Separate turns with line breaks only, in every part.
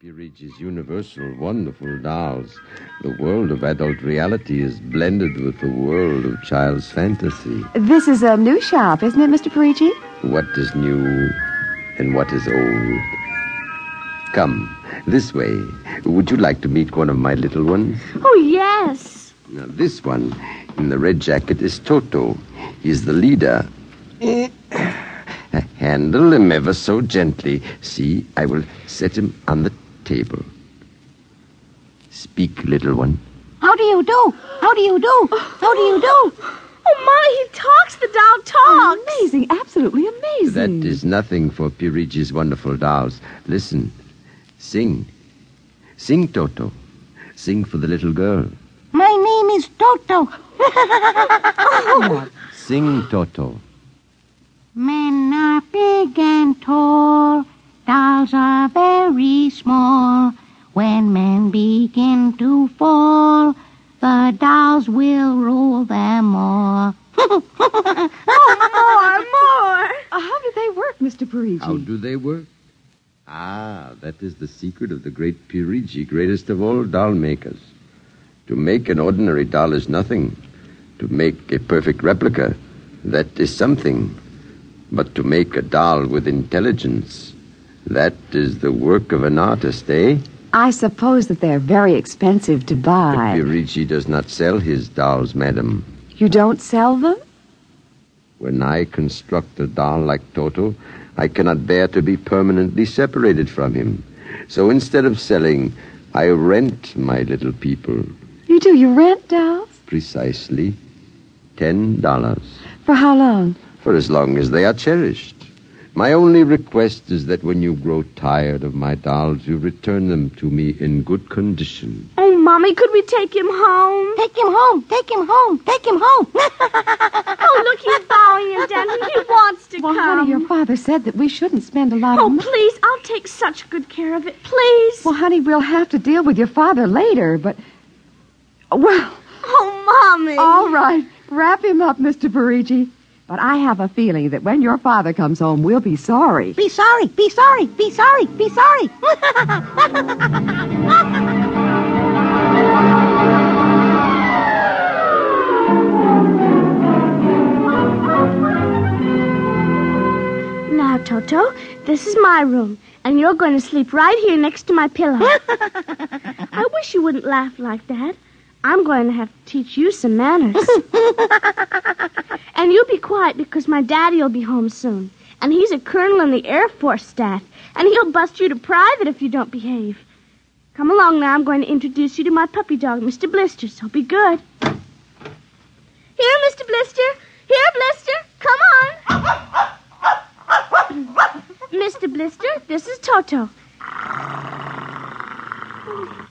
Peerage is universal, wonderful dolls. The world of adult reality is blended with the world of child's fantasy.
This is a new shop, isn't it, Mr. Parigi?
What is new and what is old? Come, this way. Would you like to meet one of my little ones?
Oh, yes.
Now, this one in the red jacket is Toto. He's the leader. Handle him ever so gently. See, I will set him on the table. Speak, little one.
How do you do? How do you do? How do you do?
Oh, my, he talks. The doll talks.
Amazing, absolutely amazing.
That is nothing for Pirigi's wonderful dolls. Listen. Sing. Sing, Toto. Sing for the little girl.
My name is Toto.
Sing, Toto.
Men are big and tall. Dolls are very small. When men begin to fall, the dolls will roll them all.
More, more.
Uh, how do they work, Mr. Parigi?
How do they work? Ah, that is the secret of the great Pirigi, greatest of all doll makers. To make an ordinary doll is nothing. To make a perfect replica, that is something. But to make a doll with intelligence, that is the work of an artist, eh?
I suppose that they're very expensive to buy.
Pirigi does not sell his dolls, madam.
You don't sell them?
When I construct a doll like Toto, I cannot bear to be permanently separated from him. So instead of selling, I rent my little people
You do. You rent dolls?
precisely ten dollars
For how long?
for as long as they are cherished. My only request is that when you grow tired of my dolls, you return them to me in good condition.
Oh, Mommy, could we take him home?
Take him home. Take him home. Take him home.
Oh, look, he's bowing and dancing. He wants to
Well,
come.
honey, your father said that we shouldn't spend a lot of
Oh,
money.
please, I'll take such good care of it. Please.
Well, honey, we'll have to deal with your father later, but. Well,
Oh, Mommy.
all right. Wrap him up, Mr. Parigi. But I have a feeling that when your father comes home, we'll be sorry.
Be sorry. Be sorry. Be sorry. Be sorry.
Now, Toto, this is my room, and you're going to sleep right here next to my pillow. I wish you wouldn't laugh like that. I'm going to have to teach you some manners. and you be quiet because my daddy will be home soon. And he's a colonel in the Air Force staff, and he'll bust you to private if you don't behave. Come along now, I'm going to introduce you to my puppy dog, Mr. Blister, so be good. Here, Mr. Blister. Here, Blister. Come on. Mr. Blister, this is Toto.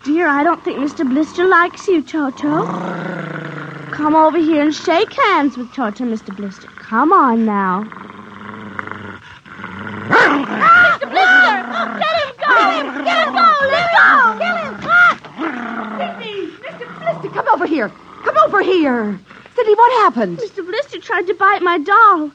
Dear, I don't think Mr. Blister likes you, Toto. Come over here and shake hands with Toto, Mr. Blister. Come on now. Ah, Mr. Blister! Let him go! Let him go! Let him go! Let him go! Ah!
Mr. Blister, come over here. Come over here. Sidney, what happened?
Mr. Blister tried to bite my doll. Look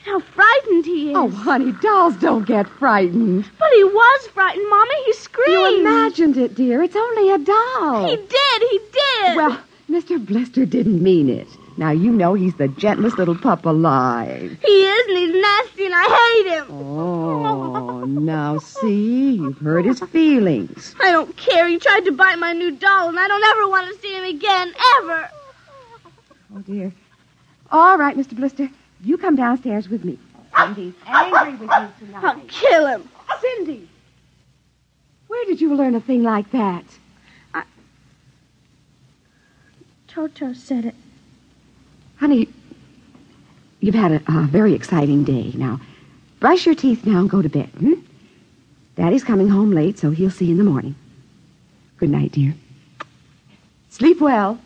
at how frightened he is.
Oh, honey, dolls don't get frightened.
But he was frightened, Mama. He screamed.
You imagined it, dear. It's only a doll.
He did. He did.
Well, Mr. Blister didn't mean it. Now, you know he's the gentlest little pup alive.
He is, and he's nasty, and I hate him.
Oh, now see, you've hurt his feelings.
I don't care. He tried to bite my new doll, and I don't ever want to see him again, ever.
Oh, dear. All right, Mr. Blister, you come downstairs with me. Cindy's angry with you
I'll kill him.
Cindy! Where did you learn a thing like that?
Toto said it.
Honey, you've had a, a very exciting day. Now, brush your teeth now and go to bed. Hmm? Daddy's coming home late, so he'll see you in the morning. Good night, dear. Sleep well.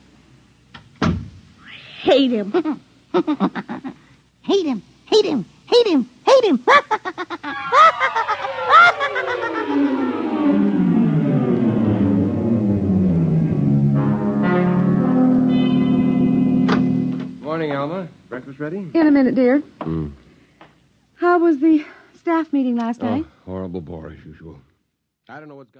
Hate him.
Hate him. Hate him. Hate him. Hate him.
Morning, Alma. Breakfast ready?
In a minute, dear.
Mm.
How was the staff meeting last night?
Oh,
Oh,
horrible bore as usual. I don't know what's got.